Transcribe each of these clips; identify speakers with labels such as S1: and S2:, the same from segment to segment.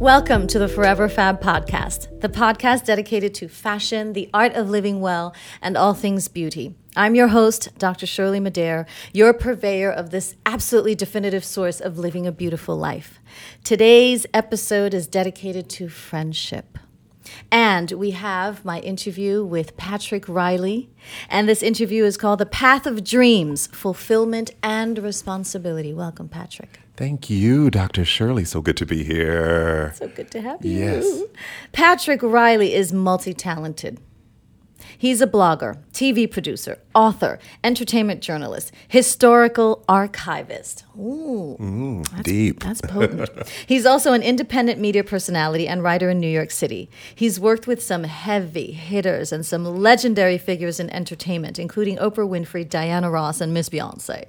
S1: Welcome to the Forever Fab podcast, the podcast dedicated to fashion, the art of living well, and all things beauty. I'm your host, Dr. Shirley Madair, your purveyor of this absolutely definitive source of living a beautiful life. Today's episode is dedicated to friendship. And we have my interview with Patrick Riley. And this interview is called The Path of Dreams Fulfillment and Responsibility. Welcome, Patrick.
S2: Thank you, Dr. Shirley. So good to be here.
S1: So good to have you.
S2: Yes.
S1: Patrick Riley is multi talented. He's a blogger, TV producer, author, entertainment journalist, historical archivist. Ooh,
S2: Mm, Deep.
S1: that's potent. He's also an independent media personality and writer in New York City. He's worked with some heavy hitters and some legendary figures in entertainment, including Oprah Winfrey, Diana Ross, and Miss Beyonce.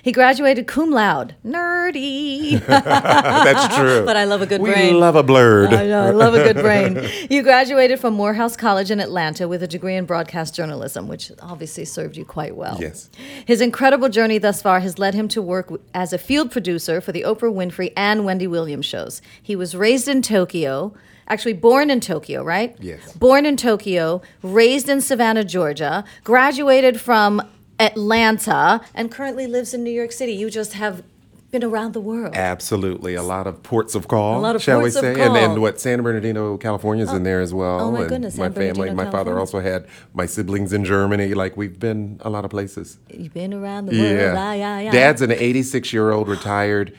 S1: He graduated cum laude, nerdy,
S2: That's true.
S1: but I love a good
S2: we
S1: brain.
S2: love a blurred.
S1: I know. I love a good brain. You graduated from Morehouse College in Atlanta with a degree in broadcast journalism, which obviously served you quite well.
S2: Yes.
S1: His incredible journey thus far has led him to work w- as a field producer for the Oprah Winfrey and Wendy Williams shows. He was raised in Tokyo, actually born in Tokyo, right?
S2: Yes.
S1: Born in Tokyo, raised in Savannah, Georgia, graduated from Atlanta, and currently lives in New York City. You just have been around the world.
S2: Absolutely. A lot of ports of call,
S1: A lot of
S2: shall
S1: ports
S2: we
S1: of
S2: say? And
S1: call.
S2: then what San Bernardino, California is in there as well.
S1: Oh, my
S2: and
S1: goodness,
S2: My
S1: San Bernardino,
S2: family, my
S1: California.
S2: father also had my siblings in Germany. Like we've been a lot of places.
S1: You've been around the world.
S2: Yeah.
S1: Ah, yeah, yeah.
S2: Dad's an 86 year old retired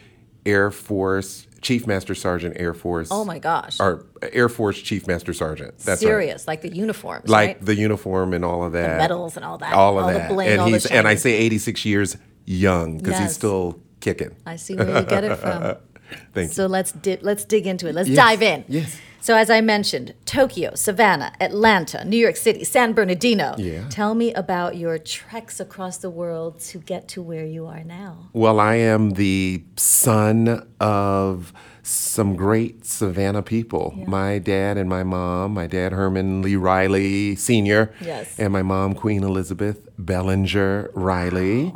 S2: Air Force, Chief Master Sergeant Air Force.
S1: Oh my gosh.
S2: Or Air Force Chief Master Sergeant. That's right.
S1: serious, like the uniforms,
S2: like
S1: right?
S2: the uniform and all of that,
S1: medals and all that,
S2: all of
S1: all the
S2: that,
S1: bling,
S2: and
S1: all the
S2: he's and I
S1: shiny.
S2: say 86 years young because
S1: Yes.
S2: he's still kicking.
S1: I see where you get it from.
S2: Thank
S1: so let's di- let's dig into it. Let's
S2: Yes,
S1: dive in.
S2: yes.
S1: So as I mentioned, Tokyo, Savannah, Atlanta, New York City, San Bernardino.
S2: Yeah.
S1: Tell me about your treks across the world to get to where you are now.
S2: Well, I am the son of some great Savannah people. My dad and my mom, my dad Herman Lee Riley Sr.
S1: Yes.
S2: And my mom Queen Elizabeth Bellinger Riley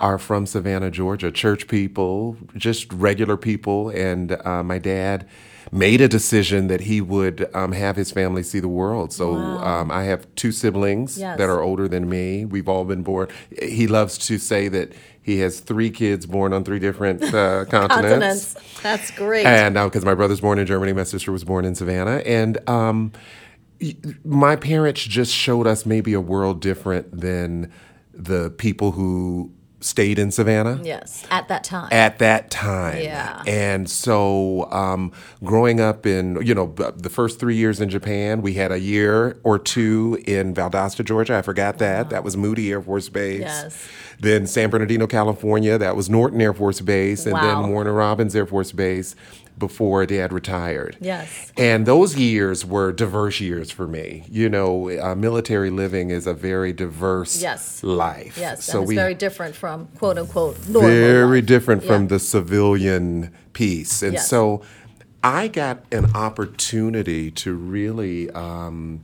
S2: are from Savannah, Georgia. Church people, just regular people. And uh, my dad made a decision that he would um, have his family see the world. So um, I have two siblings
S1: Yes.
S2: that are older than me. We've all been born. He loves to say that he has three kids born on three different uh, continents.
S1: Continents. That's great.
S2: And now, because my brother's born in Germany, my sister was born in Savannah, and um, y- my parents just showed us maybe a world different than the people who stayed in Savannah
S1: yes. At that time.
S2: at that time.
S1: Yeah.
S2: And so, um, growing up in, you know, b- the first three years in Japan, we had a year or two in Valdosta, Georgia. I forgot that. That was Moody Air Force Base.
S1: Yes.
S2: Then San Bernardino, California. That was Norton Air Force Base. And
S1: Wow.
S2: then Warner Robins Air Force Base before dad retired.
S1: Yes.
S2: And those years were diverse years for me. You know, uh, military living is a very diverse
S1: Yes.
S2: life.
S1: yes.
S2: So
S1: and it's
S2: we
S1: very different from quote unquote normal.
S2: very
S1: life.
S2: different from
S1: Yeah.
S2: the civilian piece. And
S1: Yes.
S2: so I got an opportunity to really um,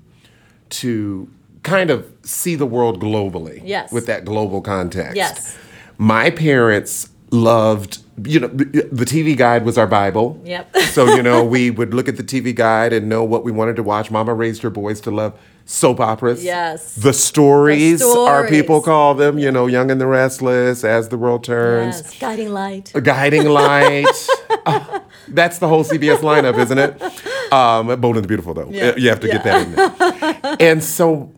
S2: to kind of see the world globally
S1: Yes.
S2: with that global context.
S1: Yes.
S2: My parents loved you know the the TV guide was our bible.
S1: Yep.
S2: so you know we would look at the TV guide and know what we wanted to watch. Mama raised her boys to love soap operas.
S1: Yes.
S2: The stories, our people
S1: stories.
S2: call them, you know, Young and the Restless, As the World Turns,
S1: Yes, guiding light.
S2: a guiding light. Ah, that's the whole CBS lineup, isn't it? Um, Bold and the Beautiful, though.
S1: Yeah.
S2: You have to get that in there. and so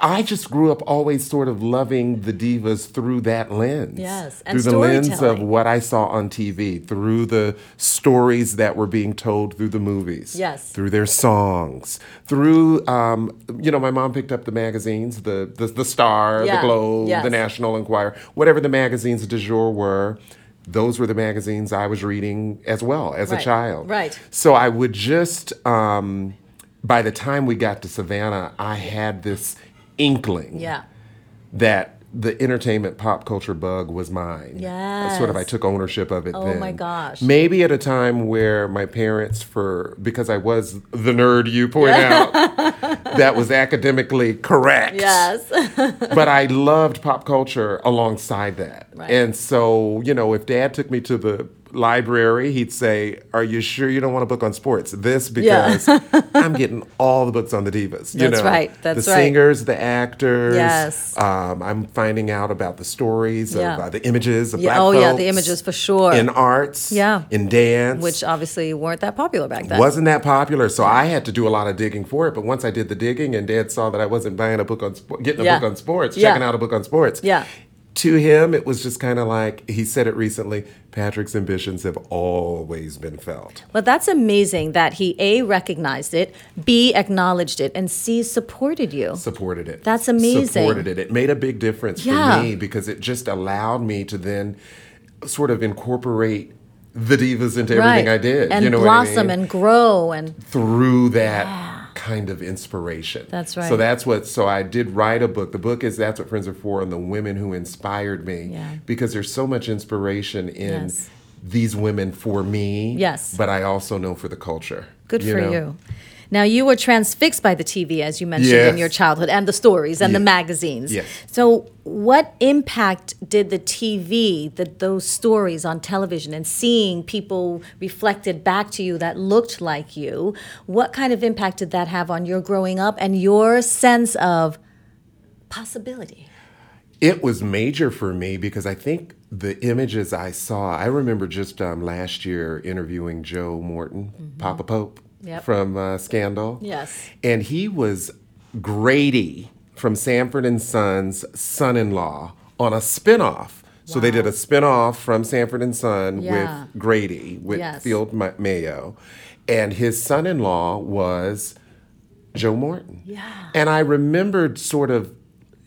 S2: I just grew up always sort of loving the divas through that lens.
S1: Yes, and
S2: Through the lens of
S1: storytelling.
S2: what I saw on TV, through the stories that were being told through the movies.
S1: Yes.
S2: Through their songs, through, um, you know, my mom picked up the magazines, the, the, the Star,
S1: Yeah,
S2: the Globe,
S1: yes.
S2: the National. National Enquirer, whatever the magazines du jour were, those were the magazines I was reading as well as
S1: Right,
S2: a child.
S1: right.
S2: So I would just, um, by the time we got to Savannah, I had this inkling
S1: Yeah.
S2: that the entertainment pop culture bug was mine.
S1: Yes.
S2: Sort of, I took ownership of it
S1: Oh
S2: then.
S1: my gosh.
S2: Maybe at a time where my parents, for because I was the nerd you point out, that was academically correct
S1: Yes.
S2: but I loved pop culture alongside that.
S1: Right.
S2: And so, you know, if dad took me to the library, he'd say, Are you sure you don't want a book on sports? This
S1: Yeah.
S2: because I'm getting all the books on the divas. You
S1: That's
S2: know,
S1: right. That's
S2: the
S1: right.
S2: singers, the actors.
S1: Yes.
S2: Um, I'm finding out about the stories
S1: Yeah.
S2: of uh, the images of
S1: Yeah,
S2: black
S1: oh, yeah,
S2: folks
S1: the images for sure.
S2: In arts,
S1: Yeah.
S2: in dance.
S1: Which obviously weren't that popular back then.
S2: wasn't that popular, so I had to do a lot of digging for it. But once I did the digging, and Dad saw that I wasn't buying a book on spo- getting a
S1: Yeah.
S2: book on sports,
S1: Yeah.
S2: checking out a book on sports.
S1: Yeah.
S2: To him, it was just kind of like he said it recently. Patrick's ambitions have always been felt.
S1: But that's amazing that he A, recognized it, B, acknowledged it, and C, supported you.
S2: Supported it.
S1: That's amazing.
S2: Supported it. It made a big difference
S1: Yeah.
S2: for me because it just allowed me to then sort of incorporate the divas into everything I did.
S1: And
S2: you know
S1: blossom
S2: what I mean?
S1: and grow and
S2: through that kind of inspiration.
S1: That's right.
S2: So that's what. So I did write a book. The book is that's what friends are for, and the women who inspired me.
S1: Yeah.
S2: Because there's so much inspiration in
S1: Yes.
S2: these women for me.
S1: Yes.
S2: But I also know for the culture.
S1: good for
S2: know?
S1: you. Now you were transfixed by the TV as you mentioned in
S2: Yes.
S1: your childhood and the stories and the
S2: Yes.
S1: magazines.
S2: Yes.
S1: So what impact did the TV, the, those stories on television and seeing people reflected back to you that looked like you, what kind of impact did that have on your growing up and your sense of possibility?
S2: It was major for me because I think the images I saw, I remember just um, last year interviewing Joe Morton, Papa Pope
S1: Mm-hmm. Yep.
S2: from uh, Scandal.
S1: Yes.
S2: And he was Grady from Sanford and Son's son in law on a spinoff. So they did a spinoff from Sanford and Son
S1: Yeah.
S2: with Grady, with
S1: Yes.
S2: Field Ma- Mayo. And his son in law was Joe Morton.
S1: Yeah.
S2: And I remembered sort of,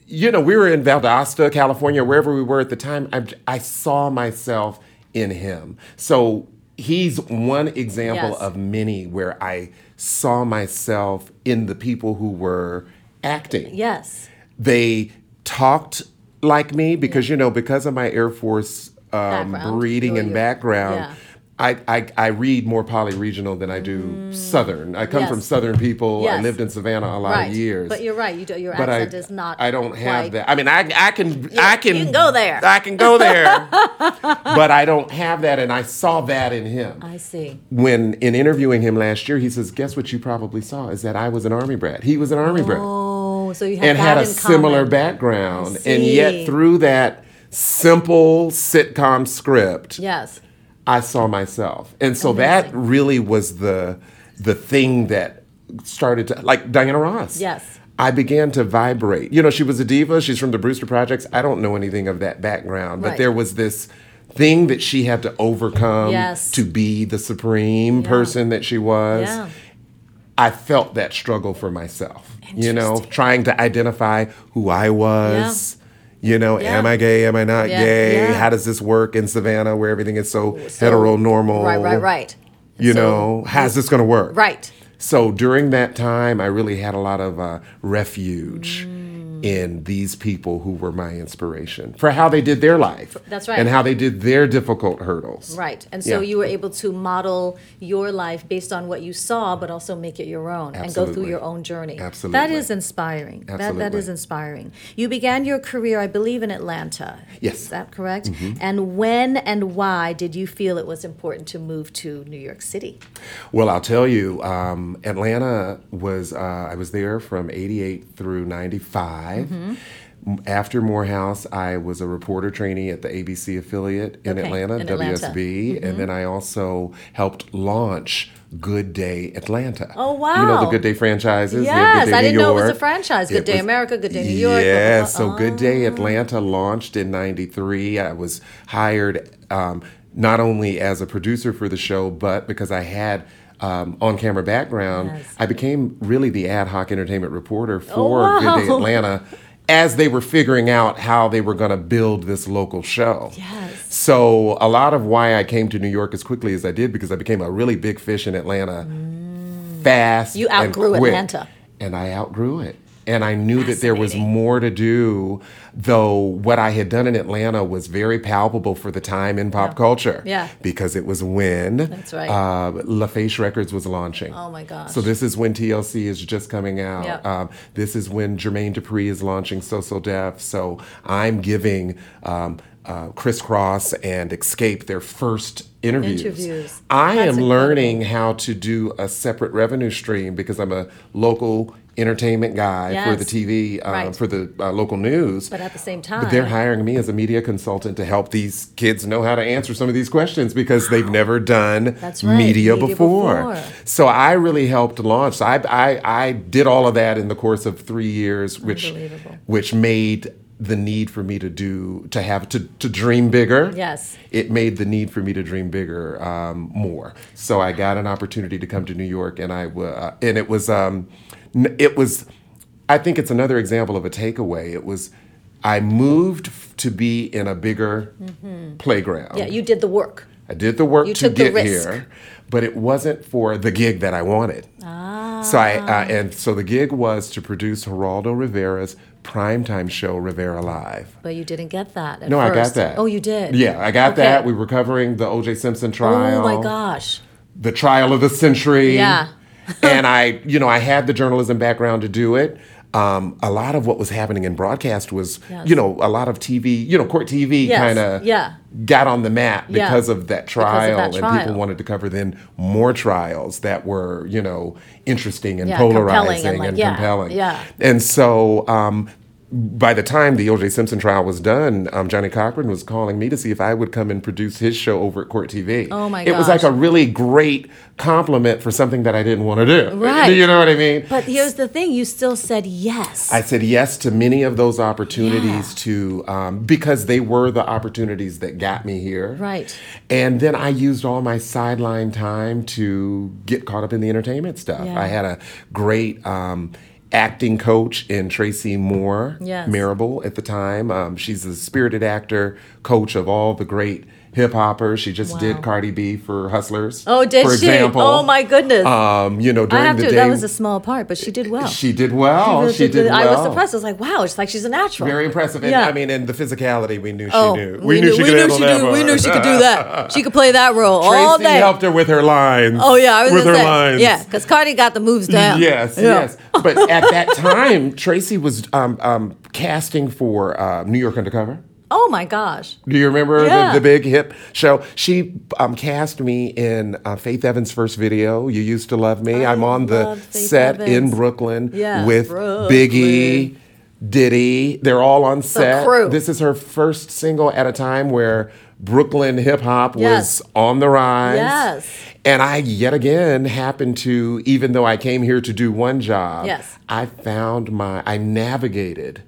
S2: you know, we were in Valdosta, California, wherever we were at the time. I, I saw myself in him. So he's one example
S1: Yes.
S2: of many where I saw myself in the people who were acting
S1: Yes.
S2: they talked like me because you know because of my air force um,
S1: Background.
S2: breeding
S1: Who
S2: and
S1: you-
S2: background
S1: yeah.
S2: I, I, I read more polyregional than I do Southern. I come
S1: Mm.
S2: from
S1: Yes.
S2: Southern people. I
S1: Yes.
S2: lived in Savannah a lot
S1: Right.
S2: of years.
S1: But you're right. You do, your
S2: But I,
S1: accent is not.
S2: I don't have
S1: quite-
S2: that. I mean, I, I can I can,
S1: you can go there.
S2: I can go there, but I don't have that. And I saw that in him
S1: I see.
S2: when in interviewing him last year. He says, "Guess what? You probably saw is that I was an army brat. He was an army brat
S1: Oh, so you had
S2: and
S1: that
S2: had a
S1: in
S2: similar
S1: common.
S2: background.
S1: I
S2: And
S1: see.
S2: yet, through that simple sitcom script,
S1: Yes.
S2: I saw myself. And so that really was the the thing that started to like Diana Ross.
S1: Yes.
S2: I began to vibrate. You know, she was a diva, she's from the Brewster Projects. I don't know anything of that background,
S1: Right.
S2: but there was this thing that she had to overcome
S1: Yes.
S2: to be the supreme person that she was.
S1: Yeah.
S2: I felt that struggle for myself. You know, trying to identify who I was. You know,
S1: Yeah.
S2: am I gay? Am I not
S1: Yeah,
S2: gay?
S1: yeah.
S2: How does this work in Savannah where everything is so,
S1: So-
S2: heteronormal?
S1: Right, right, right.
S2: You
S1: So-
S2: know, how's this going to work?
S1: Right.
S2: So during that time, I really had a lot of uh, refuge
S1: Mm.
S2: in these people who were my inspiration for how they did their life.
S1: That's right.
S2: And how they did their difficult hurdles.
S1: Right. And so
S2: Yeah.
S1: you were able to model your life based on what you saw, but also make it your own and go through
S2: Absolutely.
S1: your own journey. That
S2: Absolutely.
S1: is inspiring. That, that
S2: Absolutely.
S1: is inspiring. You began your career, I believe, in Atlanta.
S2: Yes. Mm-hmm.
S1: Is that correct? And when and why did you feel it was important to move to New York City?
S2: Well, I'll tell you, um, Atlanta was, uh, I was there from 88 through 95. M- After Morehouse, I was a reporter trainee at the ABC affiliate in
S1: Okay,
S2: Atlanta,
S1: in Atlanta. Mm-hmm.
S2: WSB. And then I also helped launch Good Day Atlanta.
S1: Oh,
S2: You know
S1: wow.
S2: the Good Day franchises? They have
S1: Yes,
S2: Good Day
S1: I
S2: New
S1: didn't know it was a
S2: York.
S1: franchise. Good
S2: It
S1: Day America, Good Day New York, Uh-huh. blah, blah,
S2: Yeah,
S1: blah.
S2: so Good Day Atlanta launched in 93. I was hired um, not only as a producer for the show, but because I had um, on camera background,
S1: Yes.
S2: I became really the ad hoc entertainment reporter for Good
S1: Oh,
S2: Day
S1: wow.
S2: Atlanta as they were figuring out how they were going to build this local show.
S1: Yes.
S2: So, a lot of why I came to New York as quickly as I did because I became a really big fish in Atlanta fast.
S1: Mm. You
S2: and
S1: outgrew
S2: quick.
S1: Atlanta.
S2: And I outgrew it. And I knew that there was more to do, though what I had done in Atlanta was very palpable for the time in pop culture.
S1: Yeah.
S2: Because it was when That's
S1: right.
S2: uh, LaFace Records was launching.
S1: Oh my gosh.
S2: So this is when TLC is just coming out.
S1: Yep.
S2: Um, this is when Jermaine Dupri is launching So So Def. So I'm giving um, uh, Crisscross and Escape their first interviews.
S1: Interviews.
S2: I
S1: That's
S2: am
S1: incredible.
S2: learning how to do a separate revenue stream because I'm a local entertainment guy for the
S1: Yes.
S2: TV, um,
S1: Right.
S2: for the uh, local news.
S1: But at the same
S2: But they're
S1: time-
S2: hiring me as a media consultant to help these kids know how to answer some of these questions because they've never done
S1: That's right,
S2: media,
S1: media before.
S2: before. So I really helped launch. So I, I I did all of that in the course of three years, which
S1: Unbelievable.
S2: which made the need for me to do to have to to dream bigger.
S1: Yes.
S2: it made the need for me to dream bigger um, more. So I got an opportunity to come to New York, and I wa- uh, and it was um, n- it was. I think it's another example of a takeaway. It was. I moved f- to be in a bigger playground.
S1: Mm-hmm. Yeah, you did the work.
S2: I did the work
S1: You
S2: to
S1: took the
S2: get
S1: risk.
S2: here, but it wasn't for the gig that I wanted. So I
S1: Ah.
S2: uh, and so the gig was to produce Geraldo Rivera's primetime show Rivera Live.
S1: But you didn't get that. At
S2: No, I got
S1: first.
S2: that.
S1: Oh, you did?
S2: Yeah, I got
S1: Okay.
S2: that. We were covering the O.J. Simpson
S1: Oh
S2: trial.
S1: my gosh.
S2: The trial of the century.
S1: Yeah.
S2: and I, you know, I had the journalism background to do it. Um, a lot of what was happening in broadcast was,
S1: Yes.
S2: you know, a lot of TV, you know, court TV
S1: Yes,
S2: kind of
S1: yeah.
S2: got on the map
S1: Yeah,
S2: because of that
S1: of that
S2: trial, and
S1: trial.
S2: people wanted to cover then more trials that were, you know, interesting and
S1: Yeah, compelling and,
S2: polarizing and,
S1: like, yeah,
S2: compelling.
S1: yeah.
S2: And so um, by the time the O.J. Simpson trial was done, um, Johnny Cochran was calling me to see if I would come and produce his show over at Court TV.
S1: Oh, my
S2: It was like
S1: gosh.
S2: a really great compliment for something that I didn't want to do.
S1: Right.
S2: Do you know what I mean?
S1: But here's the thing you still said yes.
S2: I said yes to many of those opportunities to um, because they were the opportunities that got me here.
S1: Right.
S2: And then I used all my sideline time to get caught up in the entertainment stuff.
S1: Yeah.
S2: I had a great um, acting coach in Tracy Moore
S1: Yes.
S2: Marable at the time. Um, she's a spirited actor, coach of all the great hip hoppers. She just
S1: Wow.
S2: did Cardi B for Hustlers.
S1: oh, did
S2: for
S1: she?
S2: Example.
S1: Oh, my goodness.
S2: Um, you know, during
S1: I have
S2: the
S1: to.
S2: day,
S1: That was a small part, but she did well.
S2: she did well. She
S1: really
S2: did, well.
S1: I was impressed. I was like, wow, it's like she's a natural.
S2: Very impressive. And
S1: Yeah.
S2: I mean, and the physicality, we knew
S1: Oh,
S2: she knew.
S1: we knew, we knew she
S2: handle
S1: knew,
S2: that
S1: we knew
S2: part.
S1: she could do that. She could play that role
S2: Tracy
S1: all day.
S2: helped her with her lines.
S1: Oh yeah, I was
S2: with her
S1: gonna say,
S2: lines.
S1: yeah, because Cardi got the moves down.
S2: Yes,
S1: Yeah.
S2: yes. But at that time, Tracy was um, um, casting for uh, New York Undercover.
S1: Oh my gosh,
S2: Do you remember
S1: Yeah.
S2: the, the big hip show? She um, cast me in uh, Faith Evans' first video, You Used to Love Me.
S1: I
S2: I'm on the
S1: love Faith
S2: set in
S1: Evans.
S2: Brooklyn
S1: Yeah,
S2: with
S1: Brooklyn.
S2: Biggie, Diddy. They're all on set.
S1: crew.
S2: This is her first single at a time where Brooklyn hip hop
S1: Yes.
S2: was on the rise.
S1: Yes.
S2: And I yet again happened to, even though I came here to do one job,
S1: Yes.
S2: I found my, I navigated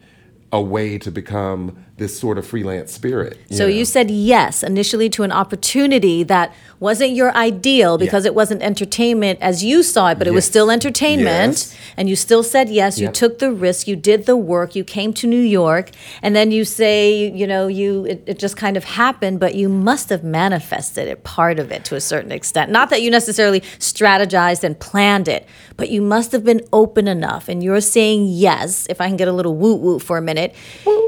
S2: a way to become this sort of freelance spirit.
S1: So you said yes initially to an opportunity that wasn't your ideal because it wasn't entertainment as you saw it, but it was
S2: Yes.
S1: still entertainment.
S2: Yes.
S1: And you still said yes. You
S2: Yep.
S1: took the risk. You did the work. You came to New York, and then you say, you know, you it, it just kind of happened, but you must have manifested it, part of it to a certain extent. Not that you necessarily strategized and planned it, but you must have been open enough. And you're saying yes. If I can get a little woot woot for a minute, you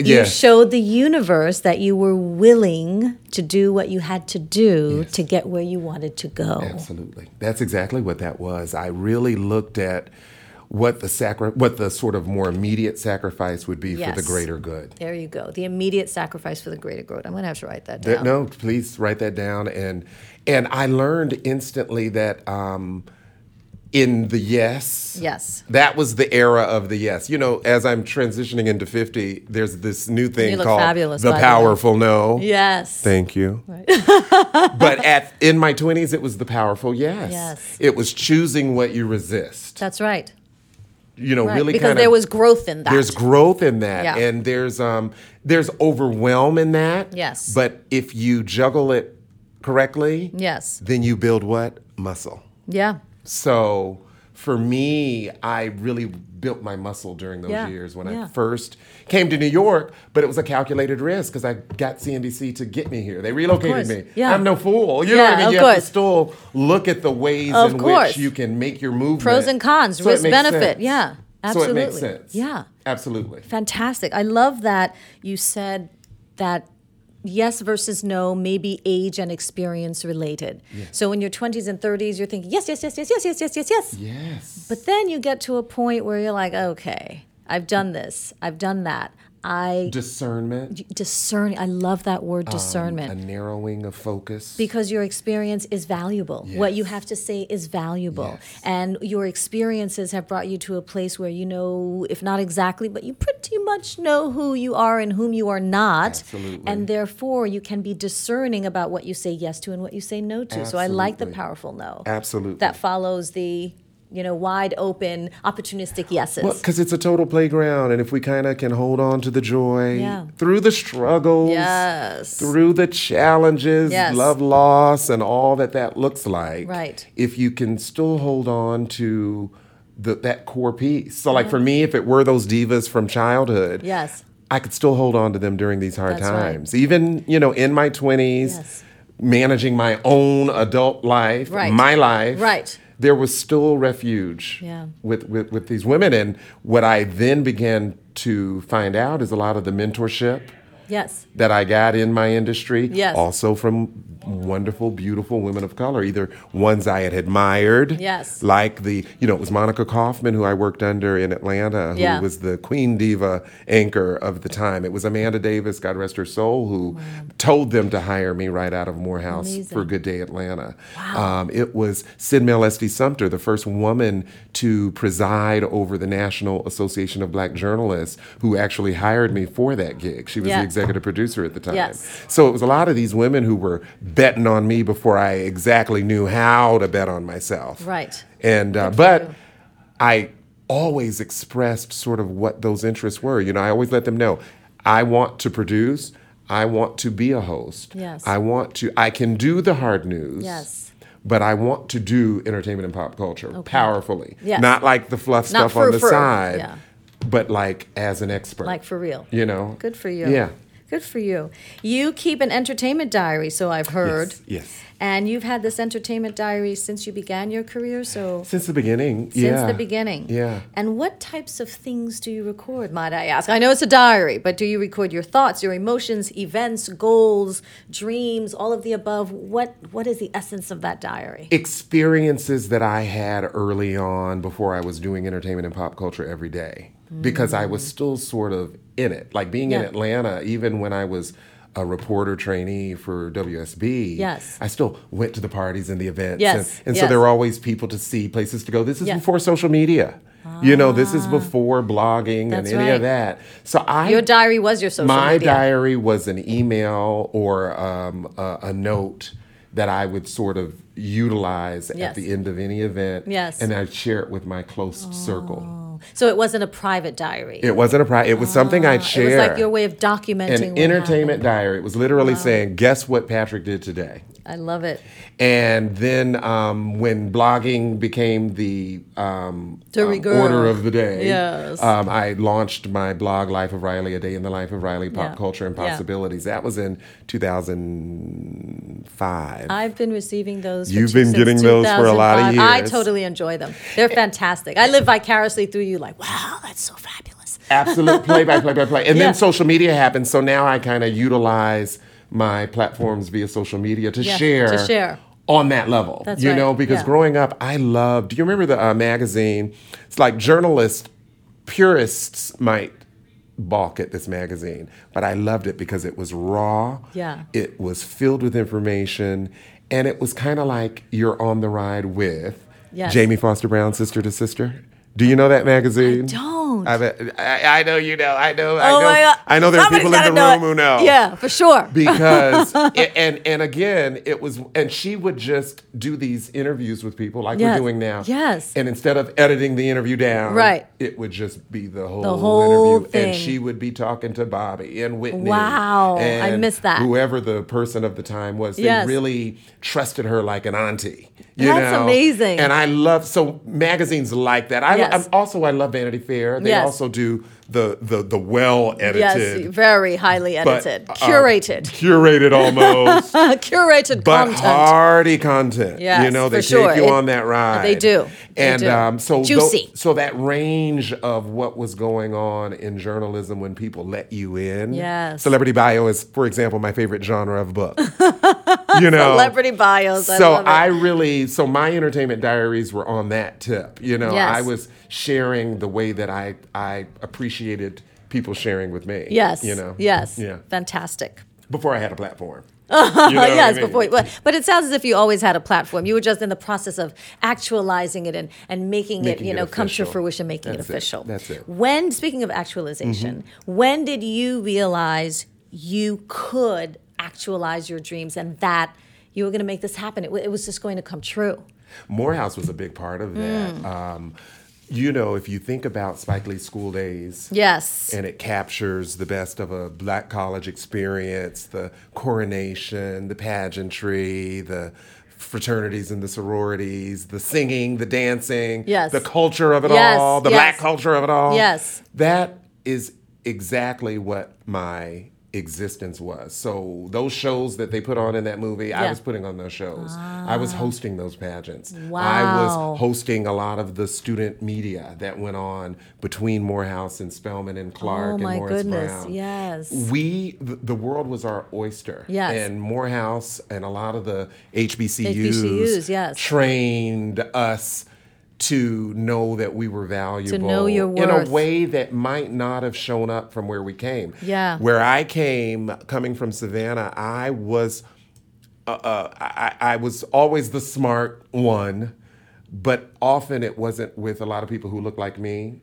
S2: Yes.
S1: showed the universe that you were willing to do what you had to do to get where you wanted to go.
S2: Absolutely. That's exactly what that was. I really looked at what the sacri- what the sort of more immediate sacrifice would be for
S1: Yes.
S2: the greater good.
S1: There you go. The immediate sacrifice for the greater good. I'm going to have to write that
S2: Th-
S1: down.
S2: No, please write that down. And and I learned instantly that um, in the yes,
S1: Yes.
S2: that was the era of the yes. You know, as I'm transitioning into 50, there's this new thing
S1: look
S2: called
S1: fabulous,
S2: the
S1: by the way.
S2: powerful no.
S1: Yes.
S2: Thank you. but at in my 20s, it was the powerful yes.
S1: Yes.
S2: It was choosing what you resist.
S1: That's right.
S2: You know,
S1: Right.
S2: really
S1: because
S2: kind
S1: there
S2: of
S1: was growth in that.
S2: there's growth in that
S1: Yeah.
S2: and there's um there's overwhelm in that
S1: Yes.
S2: but if you juggle it correctly
S1: yes.
S2: then you build what muscle
S1: Yeah.
S2: so for me i really built my muscle during those
S1: Yeah.
S2: years when
S1: Yeah.
S2: i first came to new york but it was a calculated risk because i got cndc to get me here they relocated
S1: course.
S2: me
S1: Yeah.
S2: i'm no fool you know
S1: Yeah,
S2: what i mean
S1: of
S2: you have
S1: course.
S2: to still look at the ways
S1: Of
S2: in
S1: course.
S2: which you can make your movement
S1: Pros and cons,
S2: it
S1: risk
S2: makes
S1: benefit.
S2: sense.
S1: Yeah,
S2: so it makes
S1: absolutely.
S2: sense
S1: Yeah.
S2: absolutely
S1: Fantastic. I love that you said that yes versus no, maybe age and experience related. So in your 20s and 30s, you're thinking, yes, yes, yes, yes, yes, yes, yes, yes, yes.
S2: Yes.
S1: But then you get to a point where you're like, okay, I've done this, I've done that. I
S2: Discernment,
S1: discerning, I love that word discernment
S2: a narrowing of focus.
S1: because your experience is valuable. What you have to say is valuable.
S2: Yes.
S1: And your experiences have brought you to a place where you know, if not exactly, but you pretty much know who you are and whom you are not.
S2: Absolutely.
S1: And therefore, you can be discerning about what you say yes to and what you say no to. So I like the
S2: Absolutely.
S1: powerful no.
S2: Absolutely.
S1: That follows the, you know, wide open opportunistic yeses.
S2: because it's a total playground, and if we kind of can hold on to the joy
S1: Yeah.
S2: through the struggles,
S1: yes.
S2: through the challenges,
S1: Yes.
S2: love loss, and all that that looks like,
S1: Right.
S2: if you can still hold on to the, that core piece. So, like for me, if it were those divas from childhood,
S1: Mm-hmm. Yes.
S2: I could still hold on to them during these hard
S1: That's right.
S2: times. Even, you know, in my 20s,
S1: Yes.
S2: managing my own adult life,
S1: Right.
S2: my life.
S1: Right.
S2: There was still refuge
S1: Yeah.
S2: with, with, with these women. And what I then began to find out is a lot of the mentorship
S1: Yes.
S2: that I got in my industry,
S1: Yes.
S2: also from wonderful, beautiful women of color, either ones I had admired,
S1: Yes.
S2: like the, you know, it was Monica Kaufman who I worked under in Atlanta, who
S1: Yeah.
S2: was the queen diva anchor of the time. It was Amanda Davis, God rest her soul, who told them to hire me right out of Morehouse for Good Day Atlanta. Wow. Um, it was Sid Mel Estee Sumter, the first woman to preside over the National Association of Black Journalists, who actually hired me for that gig. She was
S1: Yeah.
S2: the executive executive producer at the time.
S1: Yes.
S2: So it was a lot of these women who were betting on me before I exactly knew how to bet on myself.
S1: Right.
S2: And uh, but I always expressed sort of what those interests were. You know, I always let them know I want to produce. I want to be a host.
S1: Yes.
S2: I want to. I can do the hard news.
S1: Yes.
S2: But I want to do entertainment and pop culture powerfully.
S1: Yes.
S2: Not like the fluff
S1: Not
S2: stuff on the
S1: frou-frou.
S2: side,
S1: Yeah.
S2: but like as an expert.
S1: Like for real.
S2: You know?
S1: Good for you.
S2: Yeah.
S1: Good for you. You keep an entertainment diary, so I've heard.
S2: yes.
S1: And you've had this entertainment diary since you began your career, so
S2: Since the beginning.
S1: since
S2: yeah.
S1: the beginning.
S2: Yeah.
S1: And what types of things do you record, might I ask? I know it's a diary, but do you record your thoughts, your emotions, events, goals, dreams, all of the above? What what is the essence of that diary?
S2: Experiences that I had early on before I was doing entertainment and pop culture every day because I was still sort of in it. Like being in
S1: Yeah.
S2: Atlanta, even when I was a reporter trainee for WSB,
S1: Yes.
S2: I still went to the parties and the events.
S1: Yes,
S2: And, and
S1: yes.
S2: so there were always people to see, places to go. This is
S1: Yeah. Ah.
S2: before social media. You know, this is before blogging and
S1: That's
S2: any
S1: right.
S2: of that. So I
S1: Your diary was your social
S2: my
S1: media.
S2: diary was an email or um, a, a note that I would sort of utilize
S1: Yes.
S2: at the end of any event.
S1: Yes. Oh.
S2: And I'd share it with my close circle.
S1: So it wasn't a private diary.
S2: It wasn't a private. It was something I'd
S1: Oh, It
S2: share.
S1: was like your way of documenting
S2: an
S1: what
S2: entertainment diary. It was literally saying, "Guess what Patrick did today."
S1: happened. I love it.
S2: Um, And then um, when blogging became the um,
S1: De
S2: um,
S1: rigueur.
S2: order of the day,
S1: Yes.
S2: um, I launched my blog, Life of Riley, A Day in the Life of Riley, Pop
S1: Yeah.
S2: Culture and
S1: Yeah.
S2: Possibilities. That was in 2005.
S1: I've been receiving those. for
S2: You've
S1: two-
S2: been
S1: since
S2: getting those for a lot of
S1: 2005. I
S2: years.
S1: totally enjoy them. They're fantastic. I live vicariously through you, like, wow, that's so fabulous.
S2: Absolute play by play by play. And
S1: Yeah.
S2: then social media happened. So now I kind of utilize my platforms via social media to
S1: Yes, to
S2: share.
S1: share.
S2: On that level,
S1: That's
S2: you
S1: right,
S2: know, because
S1: yeah.
S2: growing up, I loved. Do you remember the uh, magazine? It's like journalists, purists might balk at this magazine, but I loved it because it was raw.
S1: Yeah.
S2: It was filled with information, and it was kind of like you're on the ride with
S1: Yes.
S2: Jamie Foster Brown, sister to sister. Do you know that magazine?
S1: don't.
S2: I, bet- I, I know you know. I know. I
S1: oh
S2: know.
S1: my God.
S2: I know there are
S1: Somebody's
S2: people in the
S1: gotta
S2: room who
S1: it.
S2: know.
S1: Yeah, for sure.
S2: Because a- and and again, it was and she would just do these interviews with people like
S1: Yes.
S2: we're doing now.
S1: Yes.
S2: And instead of editing the interview down,
S1: Right.
S2: it would just be the whole,
S1: whole
S2: interview.
S1: thing.
S2: And she would be talking to Bobby and Whitney.
S1: Wow, I
S2: and
S1: missed that.
S2: Whoever the person of the time was, they
S1: Yes.
S2: really trusted her like an auntie. You
S1: That's
S2: know?
S1: amazing.
S2: And I love so magazines like that. I
S1: Yes.
S2: I'm also I love Vanity Fair. They
S1: Yes.
S2: also do the the the well edited
S1: yes, very highly
S2: but,
S1: edited,
S2: uh,
S1: curated,
S2: curated almost,
S1: curated
S2: but
S1: content.
S2: hearty content. you
S1: Yes,
S2: know they
S1: for sure.
S2: take you
S1: It-
S2: on that ride.
S1: they do. They
S2: and
S1: do.
S2: Um, so tho-
S1: Juicy.
S2: so that range of what was going on in journalism when people let you in.
S1: Yes.
S2: celebrity bio is, for example, my favorite genre of book. you know,
S1: Celebrity bios. I
S2: so
S1: love it.
S2: I really, so my entertainment diaries were on that tip. You know,
S1: Yes.
S2: I was sharing the way that I I appreciated people sharing with me.
S1: yes,
S2: you know,
S1: yes,
S2: yeah
S1: fantastic.
S2: before I had a platform. You know what I
S1: Uh, yes,
S2: mean?
S1: before. You, but, but it sounds as if you always had a platform. You were just in the process of actualizing it and, and making,
S2: Making
S1: it, you
S2: it
S1: know, come to
S2: official.
S1: fruition, making
S2: That's
S1: it
S2: it.
S1: official.
S2: That's it. Mm-hmm.
S1: When speaking of actualization, when did you realize you could actualize your dreams and that you were going to make this happen? It, wa- it was just going to come true.
S2: Morehouse was a big part of that.
S1: Hmm.
S2: Um, you know, if you think about Spike Lee's school days,
S1: Yes.
S2: and it captures the best of a black college experience the coronation, the pageantry, the fraternities and the sororities, the singing, the dancing,
S1: Yes.
S2: the culture of it
S1: Yes,
S2: all, the
S1: yes.
S2: black culture of it all.
S1: Yes.
S2: That is exactly what my existence was. So those shows that they put on in that movie, I
S1: Yeah. Ah.
S2: was putting on those shows. I was hosting those pageants. I
S1: Wow.
S2: was hosting a lot of the student media that went on between Morehouse and Spelman and Clark
S1: oh
S2: and
S1: my
S2: Morris
S1: goodness.
S2: Brown.
S1: Yes.
S2: We, th- the world was our oyster.
S1: Yes.
S2: And Morehouse and a lot of the HBCUs,
S1: HBCUs, yes.
S2: trained us to know that we were valuable
S1: your
S2: in
S1: worth.
S2: a way that might not have shown up from where we came.
S1: Yeah.
S2: Where I came, coming from Savannah, I was uh, I, I was always the smart one, but often it wasn't with a lot of people who look like me.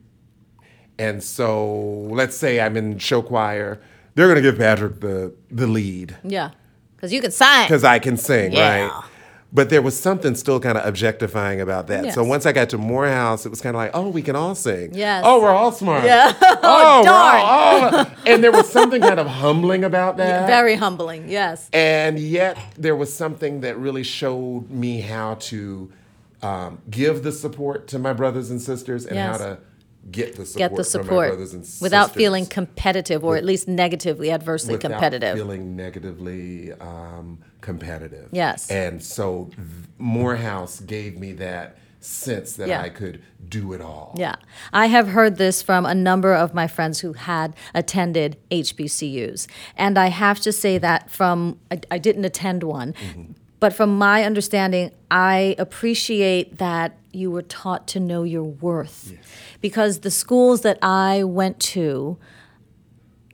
S2: And so, let's say I'm in show choir, they're going to give Patrick the the lead
S1: Yeah. Because you can sign.
S2: because I can sing,
S1: Yeah.
S2: right? But there was something still kind of objectifying about that. So
S1: Yes.
S2: once I got to Morehouse, it was kind of like, oh, we can all sing.
S1: Yes.
S2: Oh, we're all smart.
S1: Yeah.
S2: oh, we're all- all- And there was something kind of humbling about that.
S1: Very humbling. Yes.
S2: And yet, there was something that really showed me how to um, give the support to my brothers and sisters and
S1: Yes.
S2: how to get the support,
S1: Get the
S2: from my
S1: support
S2: brothers and sisters
S1: without feeling competitive or at least negatively, adversely
S2: without
S1: competitive.
S2: feeling negatively um, competitive.
S1: Yes.
S2: And so th- Morehouse gave me that sense that
S1: Yeah.
S2: I could do it all.
S1: Yeah. I have heard this from a number of my friends who had attended HBCUs. And I have to say that from, I, I didn't attend one,
S2: Mm-hmm.
S1: but from my understanding, I appreciate that you were taught to know your worth. Because the schools that I went to,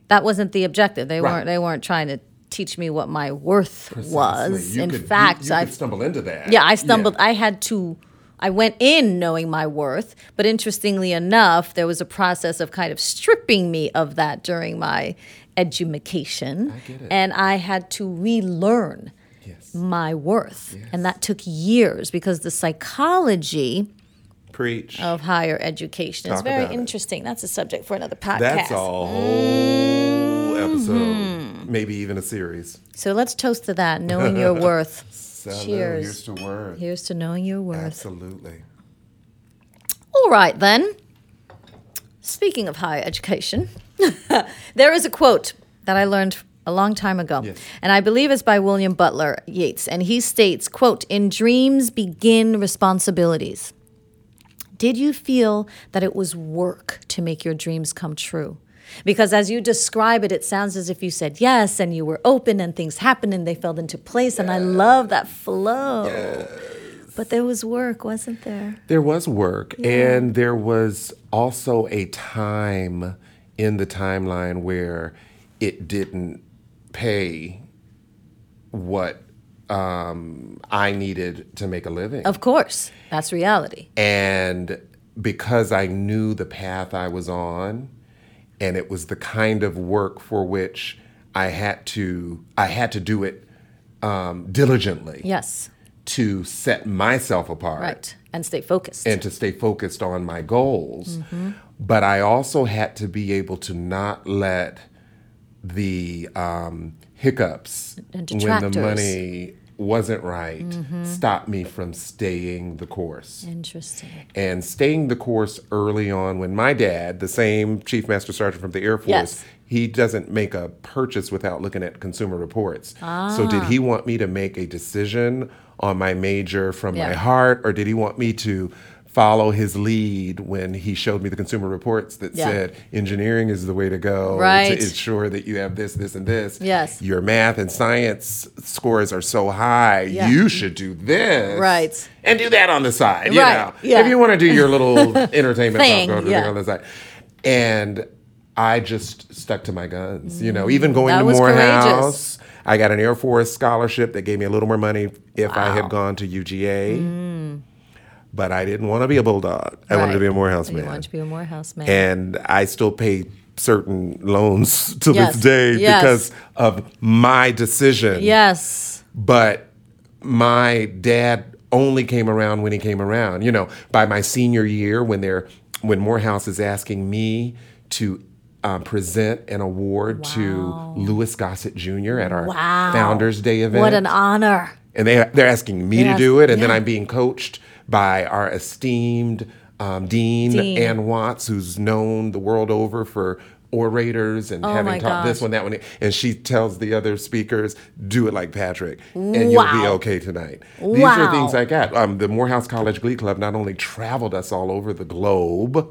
S1: that wasn't the objective. They
S2: Right.
S1: weren't they weren't trying to teach me what my worth was.
S2: Precisely. You
S1: In
S2: could- you-
S1: fact,
S2: you,
S1: I
S2: could stumble into that.
S1: yeah, I stumbled. I had to. I went in knowing my worth, but interestingly enough, there was a process of kind of stripping me of that during my edumacation, and I had to relearn my worth, and that took years because the psychology
S2: Preach.
S1: of higher education. It's
S2: Talk
S1: very
S2: about it.
S1: interesting. That's a subject for another podcast.
S2: That's a whole episode,
S1: Mm-hmm.
S2: maybe even a series.
S1: So let's toast to that, knowing your worth.
S2: Salute.
S1: Cheers.
S2: Here's to word.
S1: Here's to knowing your worth.
S2: Absolutely.
S1: All right, then. Speaking of higher education, there is a quote that I learned a long time ago,
S2: Yes.
S1: and I believe it's by William Butler Yeats, and he states, "quote In dreams begin responsibilities. Did you feel that it was work to make your dreams come true?" Because as you describe it, it sounds as if you said yes and you were open and things happened and they fell into place. And I love that flow. But there was work, wasn't there?
S2: There was work, and there was also a time in the timeline where it didn't pay what um, I needed to make a living.
S1: Of course, that's reality.
S2: And because I knew the path I was on, and it was the kind of work for which I had to, I had to do it um, diligently
S1: Yes,
S2: to set myself apart
S1: right. And stay focused. Mm-hmm.
S2: and to stay focused on my goals. But I also had to be able to not let the um, hiccups
S1: And
S2: when
S1: detractors. Mm-hmm.
S2: the money wasn't right stop me from staying the course
S1: Interesting.
S2: and staying the course early on when my dad, the same chief master sergeant from the Air Force,
S1: Yes.
S2: he doesn't make a purchase without looking at consumer reports. So
S1: Ah.
S2: did he want me to make a decision on my major from my
S1: Yeah.
S2: heart or did he want me to follow his lead when he showed me the consumer reports that
S1: Yeah.
S2: said engineering is the way to go
S1: Right.
S2: to ensure that you have this this and this
S1: Yes.
S2: your math and science scores are so high
S1: Yeah.
S2: you should do this
S1: Right.
S2: and do that on the side you
S1: Right,
S2: know
S1: yeah.
S2: if you want to do your little entertainment
S1: Thing,
S2: stuff, go do the
S1: yeah.
S2: on the side. And I just stuck to my guns, you know, even going
S1: That
S2: to
S1: was
S2: Morehouse. I got an Air Force scholarship that gave me a little more money if I had gone to UGA. But I didn't want to be a bulldog. I wanted to
S1: Mm. Right.
S2: be a Morehouse
S1: You
S2: man.
S1: want to be a Morehouse man.
S2: and I still pay certain loans to
S1: Yes.
S2: this day
S1: Yes.
S2: because of my decision
S1: yes.
S2: but my dad only came around when he came around. You know, by my senior year, when they're when Morehouse is asking me to uh, present an award to Lewis Gossett Jr. at our
S1: Wow.
S2: Founders Day event,
S1: What an honor.
S2: and they they're asking me
S1: Yes,
S2: to do it, and then
S1: yeah.
S2: I'm being coached by our esteemed um, dean,
S1: Dean.
S2: Ann Watts, who's known the world over for orators and
S1: Oh my
S2: having taught
S1: gosh.
S2: this one, that one, and she tells the other speakers, "Do it like Patrick, and you'll be
S1: Wow.
S2: okay tonight." These are things
S1: Wow.
S2: I got. Um, the Morehouse College Glee Club not only traveled us all over the globe,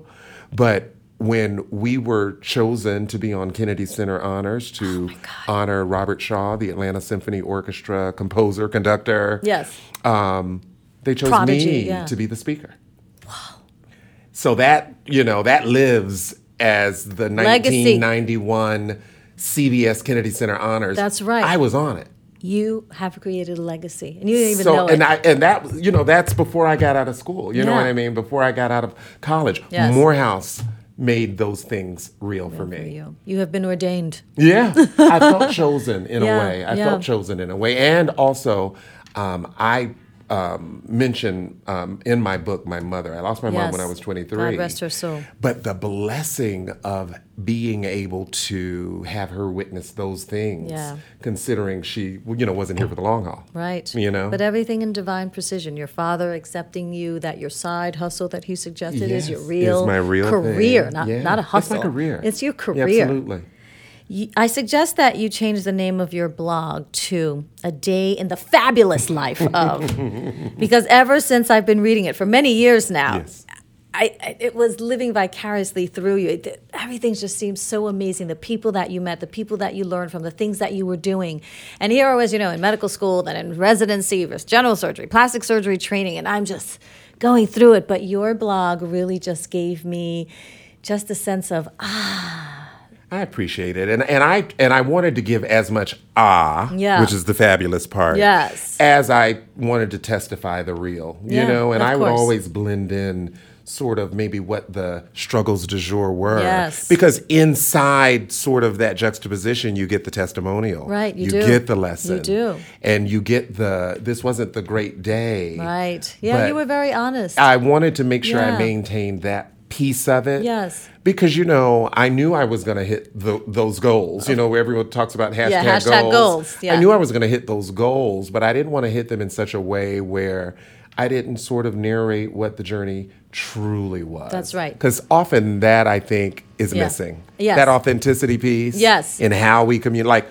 S2: but when we were chosen to be on Kennedy Center Honors
S1: Oh
S2: to honor Robert Shaw, the Atlanta Symphony Orchestra composer, conductor,
S1: Yes.
S2: um, they chose
S1: Prodigy,
S2: me
S1: yeah.
S2: to be the speaker. So that, you know, that lives as the
S1: Legacy.
S2: 1991 CBS Kennedy Center Honors.
S1: That's right.
S2: I was on it.
S1: You have created a legacy and you didn't even
S2: so
S1: know
S2: and
S1: it.
S2: I and that was- you know that's before I got out of school. You know
S1: Yeah.
S2: what I mean? Before I got out of college,
S1: Yes.
S2: Morehouse made those things real, for
S1: for
S2: me.
S1: you. You have been ordained.
S2: Yeah, I felt chosen in
S1: Yeah,
S2: a way. I
S1: yeah.
S2: felt chosen in a way, and also, um, I um, mention um, in my book my mother. I lost my mom when
S1: Yes.
S2: I was twenty three.
S1: God rest her soul.
S2: But the blessing of being able to have her witness those things,
S1: Yeah.
S2: considering she you know wasn't here for the long haul,
S1: Right.
S2: You know,
S1: But everything in divine precision. Your father accepting you, that your side hustle that he suggested is your
S2: Yes,
S1: real,
S2: is my real
S1: career,
S2: thing.
S1: not
S2: Yeah.
S1: not a hustle.
S2: It's my career.
S1: It's your
S2: Yeah,
S1: career.
S2: absolutely.
S1: You- I suggest that you change the name of your blog to A Day in the Fabulous Life of. because ever since I've been reading it for many years now,
S2: Yes.
S1: I, I, it was living vicariously through you. It, everything just seems so amazing. The people that you met, the people that you learned from, the things that you were doing. And here I was, you know, in medical school, then in residency, versus general surgery, plastic surgery training, and I'm just going through it. But your blog really just gave me just a sense of, ah,
S2: I appreciate it, and and I and I wanted to give as much ah,
S1: Yeah.
S2: which is the fabulous part,
S1: Yes.
S2: as I wanted to testify the real,
S1: Yeah,
S2: you know, and
S1: of
S2: I would
S1: course.
S2: always blend in sort of maybe what the struggles du jour were.
S1: Yes.
S2: Because inside sort of that juxtaposition, you get the testimonial.
S1: Right, you
S2: you
S1: do.
S2: get the lesson.
S1: You do.
S2: And you get the, this wasn't the great day.
S1: Right. Yeah,
S2: But
S1: you were very honest.
S2: I wanted to make sure
S1: Yeah.
S2: I maintained that piece of it.
S1: Yes.
S2: Because you know, I knew I was going to hit tho- those goals. You know, where everyone talks about hashtag,
S1: Yeah, hashtag goals, yeah.
S2: I knew I was going to hit those goals, but I didn't want to hit them in such a way where I didn't sort of narrate what the journey truly was.
S1: That's right.
S2: Because often that I think is
S1: Yeah.
S2: missing.
S1: Yes.
S2: That authenticity piece.
S1: Yes.
S2: In how we communicate. Like,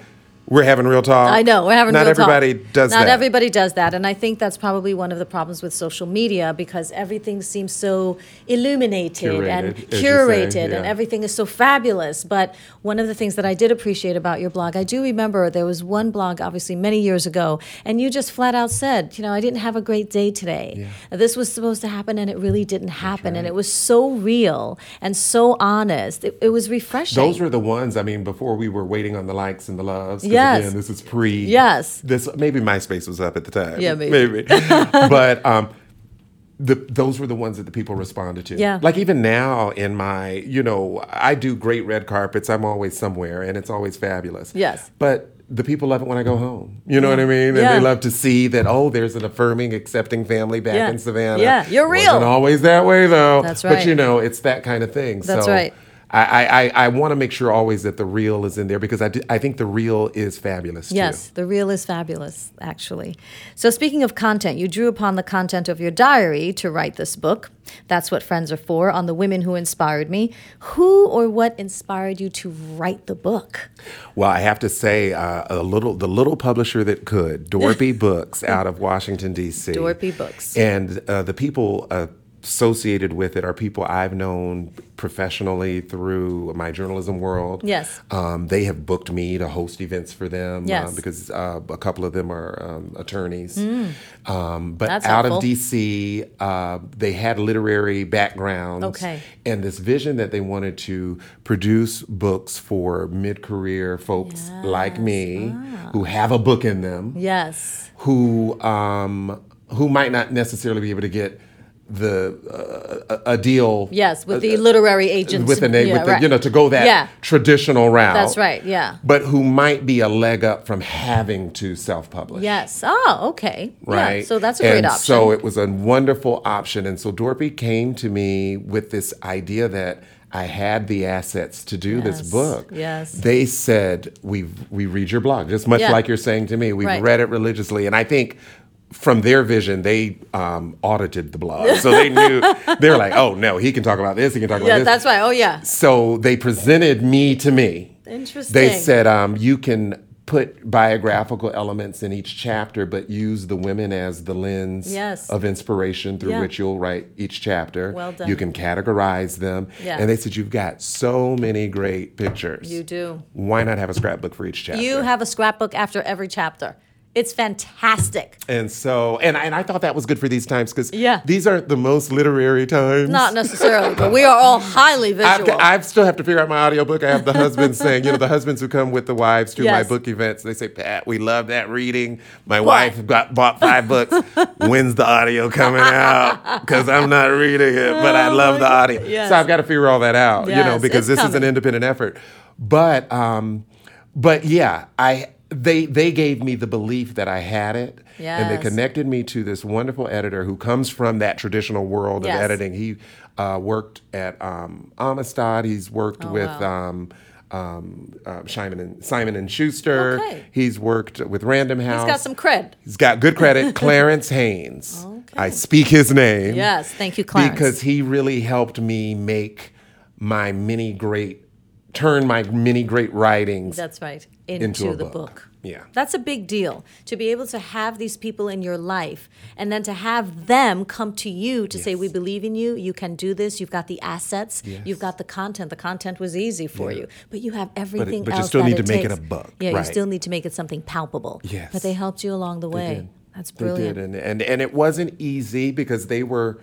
S2: we're having real talk.
S1: I know we're having
S2: Not
S1: real talk.
S2: everybody does
S1: Not
S2: that.
S1: everybody does that, and I think that's probably one of the problems with social media because everything seems so illuminated and
S2: Curated, as you say,
S1: curated, and
S2: yeah.
S1: everything is so fabulous. But one of the things that I did appreciate about your blog, I do remember there was one blog, obviously many years ago, and you just flat out said, you know, I didn't have a great day today. This was supposed to happen, and it really didn't happen, and it was so real and so honest. It, it was refreshing.
S2: Those were the ones. I mean, before we were waiting on the likes and the loves. 'cause
S1: Yes.
S2: Again, this is pre.
S1: Yes.
S2: This maybe MySpace was up at the time.
S1: Yeah, maybe.
S2: but um, the those were the ones that the people responded to.
S1: Yeah.
S2: Like even now in my, you know, I do great red carpets. I'm always somewhere, and it's always fabulous.
S1: Yes.
S2: But the people love it when I go home. You know what I mean? And
S1: Yeah.
S2: they love to see that. Oh, there's an affirming, accepting family back
S1: Yeah.
S2: in Savannah.
S1: Yeah, you're real.
S2: Wasn't always that way though.
S1: That's
S2: But
S1: right.
S2: you know, it's that kind of thing.
S1: That's
S2: so,
S1: right.
S2: I, I, I- I want to make sure always that the real is in there because I, do, I think the real is fabulous.
S1: Yes, the reel is fabulous, actually. So, speaking of content, you drew upon the content of your diary to write this book. That's what Friends Are For, on the women who inspired me. Who or what inspired you to write the book?
S2: Too. Well, I have to say, uh, a little the little publisher that could, Dorpy Books, out of Washington D.C.
S1: Dorpy Books.
S2: and uh, the people associated with it are people I've known professionally through my journalism world.
S1: Yes.
S2: um, they have booked me to host events for them. uh,
S1: Yes. Mm.
S2: because uh, a couple of them are um, attorneys. Um, but
S1: That's
S2: out
S1: helpful.
S2: of D.C., uh, they had literary backgrounds.
S1: Okay.
S2: And this vision that they wanted to produce books for mid career folks like me
S1: Ah.
S2: who have a book in them,
S1: Yes.
S2: who, um, who might not necessarily be able to get the uh, a a deal
S1: Yes, with the literary agent.
S2: Uh, with the name with the, you know to go that
S1: Yeah.
S2: traditional route
S1: That's right, yeah.
S2: but who might be a leg up from having to self-publish
S1: Yes. Oh, okay. Yeah,
S2: right?
S1: So, that's a great
S2: and
S1: option.
S2: So it was a wonderful option. And so Dorpy came to me with this idea that I had the assets to do
S1: Yes,
S2: this book.
S1: yes.
S2: They said, we we read your blog, just much
S1: Yeah.
S2: like you're saying to me. We've
S1: Right.
S2: read it religiously. And I think from their vision, they um, audited the blog. So they knew, they were like, oh no, he can talk about this, he can talk about
S1: yeah,
S2: this.
S1: that's right. Oh, yeah.
S2: So they presented me to me.
S1: Interesting.
S2: They said um, you can put biographical elements in each chapter, but use the women as the lens
S1: Yes.
S2: of inspiration through
S1: Yeah.
S2: which you'll write each chapter.
S1: Well done.
S2: You can categorize them.
S1: Yeah.
S2: And they said you've got so many great pictures.
S1: You do.
S2: Why not have a scrapbook for each chapter?
S1: You have a scrapbook after every chapter. It's fantastic.
S2: and so and I, and I thought that was good for these times because
S1: Yeah.
S2: these aren't the most literary times.
S1: Not necessarily, but we are all highly
S2: I've,
S1: visual.
S2: got- I still have to figure out my audiobook. I have the husbands saying, you know, the husbands who come with the wives to
S1: Yes.
S2: my book events. They say, Pat, we love that reading. My
S1: Why?
S2: wife got bought five books. When's the audio coming out? Because I'm not reading it, but I love the audio.
S1: Yes.
S2: So I've got to figure all that out, you know,
S1: Oh Yes, it's
S2: because this is an
S1: coming.
S2: independent effort. But, um, but yeah, I they they gave me the belief that I had it,
S1: Yes.
S2: and they connected me to this wonderful editor who comes from that traditional world
S1: Yes.
S2: of editing editing. He uh, worked at um, Amistad. He's worked
S1: Oh,
S2: with um, um, uh, Simon and Simon and Schuster.
S1: Okay.
S2: He's worked with Random House.
S1: He's got some cred.
S2: He's got good credit. Clarence Haynes. I speak his name.
S1: Yes, thank you, Clarence.
S2: Because he really helped me make my many great, turn my many great writings.
S1: That's right. Into,
S2: into a
S1: the book.
S2: book. Yeah.
S1: That's a big deal to be able to have these people in your life and then to have them come to you to say, We believe in you. You can do this. You've got the assets. You've got the content. The content was easy for you, but you have everything
S2: but you
S1: else.
S2: still
S1: that
S2: need to make it
S1: takes.
S2: a book,
S1: Yeah, you
S2: right.
S1: still need to make it something palpable.
S2: Yes.
S1: But they helped you along the way. That's
S2: They
S1: brilliant.
S2: did, and, and and it wasn't easy because they were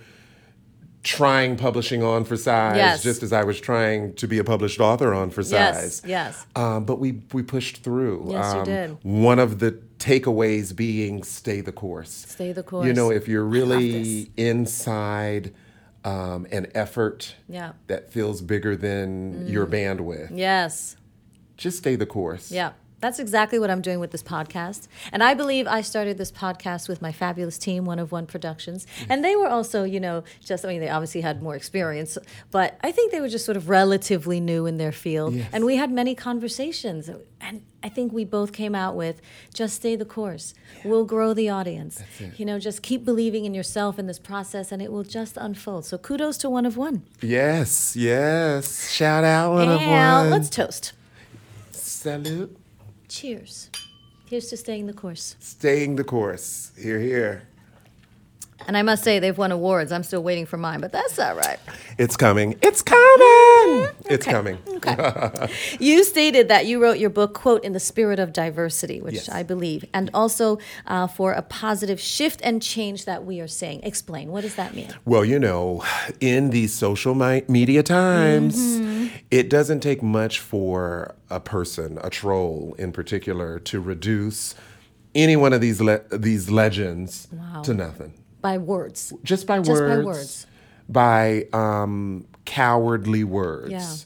S2: trying publishing on for size,
S1: Yes.
S2: just as I was trying to be a published author on for
S1: Yes,
S2: size.
S1: yes.
S2: Um, but we we pushed through. um,
S1: Yes, you did.
S2: One of the takeaways being stay the course.
S1: Stay the
S2: You know,
S1: course.
S2: if you're really inside um, an effort
S1: Yeah.
S2: that feels bigger than your bandwidth.
S1: Yes.
S2: Just stay the course.
S1: Yeah. That's exactly what I'm doing with this podcast. And I believe I started this podcast with my fabulous team, One of One Productions.
S2: Mm-hmm.
S1: And they were also, you know, just, I mean, they obviously had more experience, but I think they were just sort of relatively new in their field.
S2: Yes.
S1: And we had many conversations. And I think we both came out with just stay the course. We'll grow the audience. You know, just keep believing in yourself in this process and it will just unfold. So kudos to One of One.
S2: Yes, yes. Shout out one of
S1: And
S2: one.
S1: let's toast.
S2: Salute.
S1: Cheers. Here's to staying the course.
S2: Staying the course. Here, here.
S1: And I must say, they've won awards. I'm still waiting for mine, but that's all right.
S2: It's coming. It's coming.
S1: Mm-hmm.
S2: It's coming.
S1: You stated that you wrote your book, quote, in the spirit of diversity, which
S2: Yes.
S1: I believe, and also uh, for a positive shift and change that we are seeing. Explain, what does that mean?
S2: Well, you know, in these social mi- media times,
S1: Mm-hmm.
S2: it doesn't take much for a person, a troll in particular, to reduce any one of these le- these legends to nothing.
S1: By words.
S2: Just by
S1: Just by
S2: words.
S1: words.
S2: by, um, cowardly words.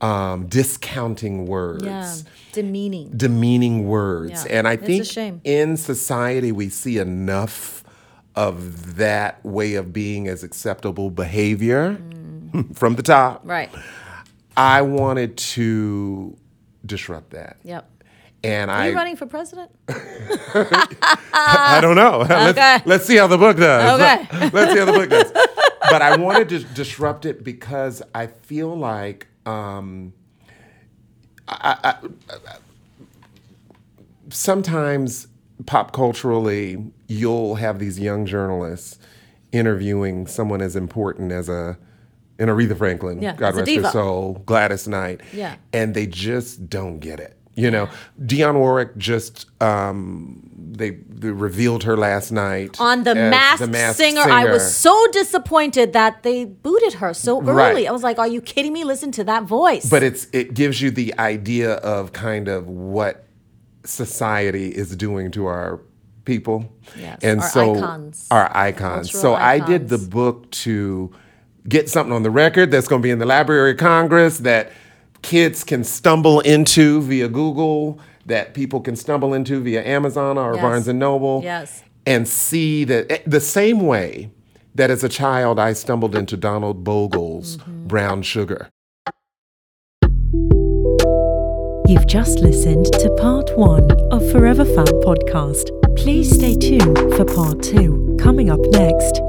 S2: Um, discounting words.
S1: Yeah. Demeaning.
S2: demeaning words.
S1: Yeah.
S2: And I
S1: It's a
S2: think
S1: shame.
S2: in society we see enough of that way of being as acceptable behavior from the top.
S1: Right.
S2: I wanted to disrupt that.
S1: Yep.
S2: And
S1: Are
S2: I,
S1: you running for president?
S2: I don't know.
S1: Okay.
S2: let's, let's see how the book does.
S1: Okay.
S2: let's see how the book does. But I wanted to disrupt it because I feel like um, sometimes pop culturally you'll have these young journalists interviewing someone as important as a an Aretha Franklin,
S1: Yeah,
S2: God
S1: as a
S2: rest
S1: diva.
S2: her soul, Gladys Knight.
S1: Yeah.
S2: And they just don't get it. You know, Dionne Warwick just um they, they revealed her last night
S1: On the
S2: as
S1: masked,
S2: Masked
S1: singer, I was so disappointed that they booted her so early.
S2: Right.
S1: I was like, are you kidding me? Listen to that voice.
S2: but it's it gives you the idea of kind of what society is doing to our people
S1: Yes,
S2: and
S1: our
S2: so
S1: icons.
S2: our icons
S1: Cultural
S2: so i did the
S1: icons.
S2: book to get something on the record that's going to be in the library of congress that kids can stumble into via google that people can stumble into via amazon or
S1: Yes.
S2: barnes and noble
S1: Yes.
S2: and see that eh, the same way that as a child i stumbled into donald bogle's
S1: Mm-hmm.
S2: brown sugar
S3: You've just listened to part one of Forever Fab podcast. Please stay tuned for part two, coming up next.